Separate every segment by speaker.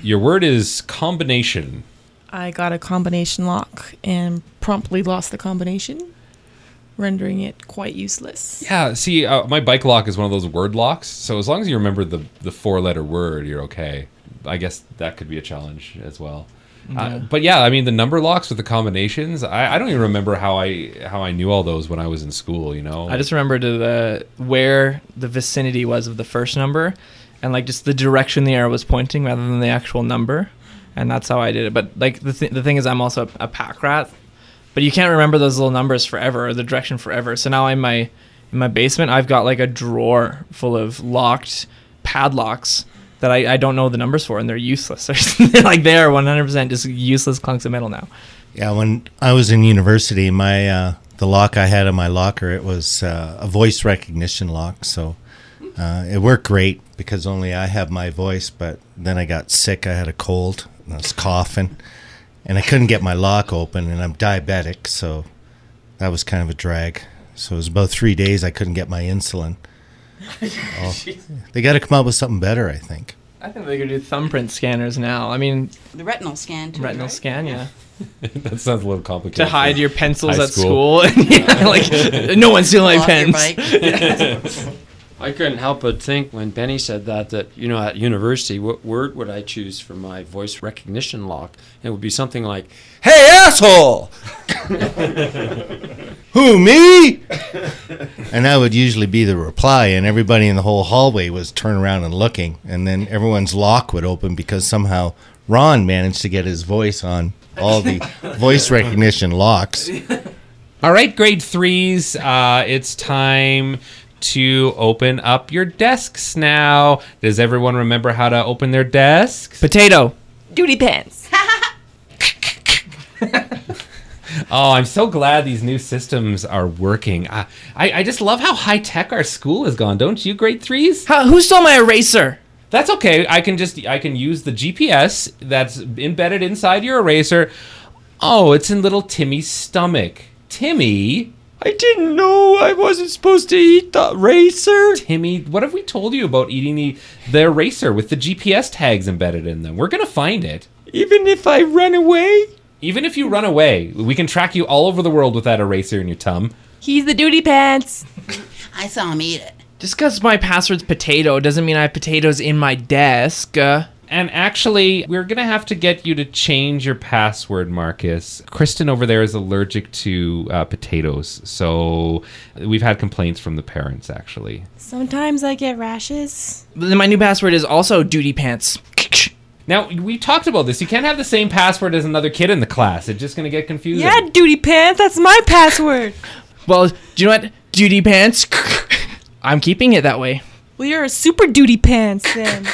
Speaker 1: Your word is combination.
Speaker 2: I got a combination lock and promptly lost the combination, rendering it quite useless.
Speaker 1: Yeah, see, uh, my bike lock is one of those word locks. So as long as you remember the the four letter word, you're okay. I guess that could be a challenge as well. Uh, but yeah, I mean the number locks with the combinations. I, I don't even remember how I how I knew all those when I was in school. You know,
Speaker 3: I just remembered the where the vicinity was of the first number, and like just the direction the arrow was pointing rather than the actual number, and that's how I did it. But like the th- the thing is, I'm also a, a pack rat, but you can't remember those little numbers forever or the direction forever. So now in my in my basement, I've got like a drawer full of locked padlocks that I, I don't know the numbers for, and they're useless. They're like they are 100% just useless clunks of metal now.
Speaker 4: Yeah, when I was in university, my uh, the lock I had on my locker it was uh, a voice recognition lock, so uh, it worked great because only I have my voice. But then I got sick; I had a cold, and I was coughing, and I couldn't get my lock open, and I'm diabetic, so that was kind of a drag. So it was about three days I couldn't get my insulin. Oh, they got to come up with something better, I think.
Speaker 3: I think they could do thumbprint scanners now. I mean,
Speaker 5: The retinal scan. Too,
Speaker 3: retinal
Speaker 5: right?
Speaker 3: scan, yeah.
Speaker 1: that sounds a little complicated.
Speaker 3: to hide your pencils
Speaker 1: High
Speaker 3: at school. Yeah, like no one's stealing my
Speaker 5: Lock your bike.
Speaker 3: pens.
Speaker 6: I couldn't help but think when Benny said that that you know at university what word would I choose for my voice recognition lock? It would be something like "Hey asshole!"
Speaker 4: Who me? and that would usually be the reply, and everybody in the whole hallway was turning around and looking, and then everyone's lock would open because somehow Ron managed to get his voice on all the voice recognition locks.
Speaker 1: All right, grade threes. Uh, it's time to open up your desks now. Does everyone remember how to open their desks?
Speaker 3: Potato.
Speaker 2: Duty pants.
Speaker 1: Oh, I'm so glad these new systems are working. I, I, I just love how high tech our school has gone, don't you, grade threes?
Speaker 3: How, who stole my eraser?
Speaker 1: That's okay. I can just I can use the GPS that's embedded inside your eraser. Oh, it's in little Timmy's stomach. Timmy,
Speaker 6: I didn't know I wasn't supposed to eat the racer.
Speaker 1: Timmy, what have we told you about eating the, the eraser with the GPS tags embedded in them? We're gonna find it.
Speaker 6: Even if I run away,
Speaker 1: Even if you run away, we can track you all over the world with that eraser in your tum.
Speaker 2: He's the duty pants.
Speaker 5: I saw him eat it.
Speaker 3: Just because my password's potato doesn't mean I have potatoes in my desk. Uh,
Speaker 1: And actually, we're going to have to get you to change your password, Marcus. Kristen over there is allergic to uh, potatoes. So we've had complaints from the parents, actually.
Speaker 2: Sometimes I get rashes.
Speaker 3: but then my new password is also duty pants.
Speaker 1: Now, we talked about this. You can't have the same password as another kid in the class. It's just going to get confusing.
Speaker 2: Yeah, duty pants. That's my password.
Speaker 3: Well, do you know what? Duty pants. I'm keeping it that way.
Speaker 2: well, you're a super duty pants then.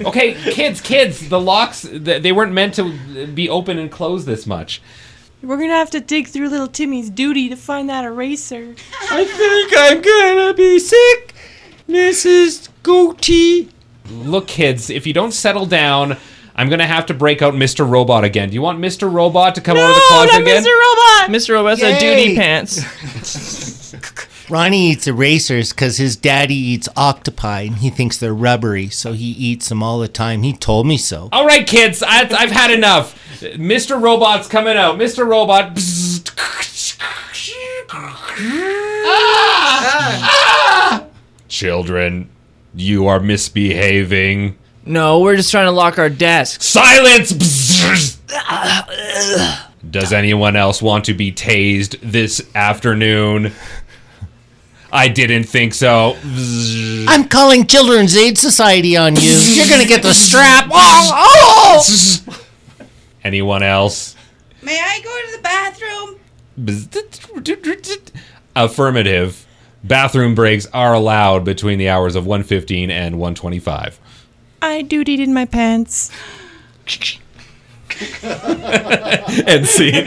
Speaker 1: Okay, kids, kids, the locks, th- they weren't meant to be open and closed this much.
Speaker 2: We're gonna have to dig through little Timmy's duty to find that eraser.
Speaker 6: I think I'm gonna be sick, Mrs. Goatee.
Speaker 1: Look, kids, if you don't settle down, I'm going to have to break out Mr. Robot again. Do you want Mr. Robot to come out of the
Speaker 2: oh,
Speaker 1: closet
Speaker 2: that
Speaker 1: again?
Speaker 2: Mr. Robot.
Speaker 3: Mr. Robot's a
Speaker 4: Yay.
Speaker 3: duty pants.
Speaker 4: Ronnie eats erasers because his daddy eats octopi and he thinks they're rubbery, so he eats them all the time. He told me so.
Speaker 1: All right, kids, I, I've had enough. Mr. Robot's coming out. Mr. Robot. Bzzzt. Ah! Ah! Children, you are misbehaving.
Speaker 3: No, we're just trying to lock our desks.
Speaker 1: Silence! Bzzzt. Does anyone else want to be tased this afternoon? I didn't think so. Bzzzt.
Speaker 4: I'm calling Children's Aid Society on you. You're going to get the strap.
Speaker 1: Anyone else?
Speaker 5: May I go to the bathroom?
Speaker 1: Affirmative. Bathroom breaks are allowed between the hours of 1:15 and 1:25.
Speaker 2: I dutied in my pants.
Speaker 1: End scene.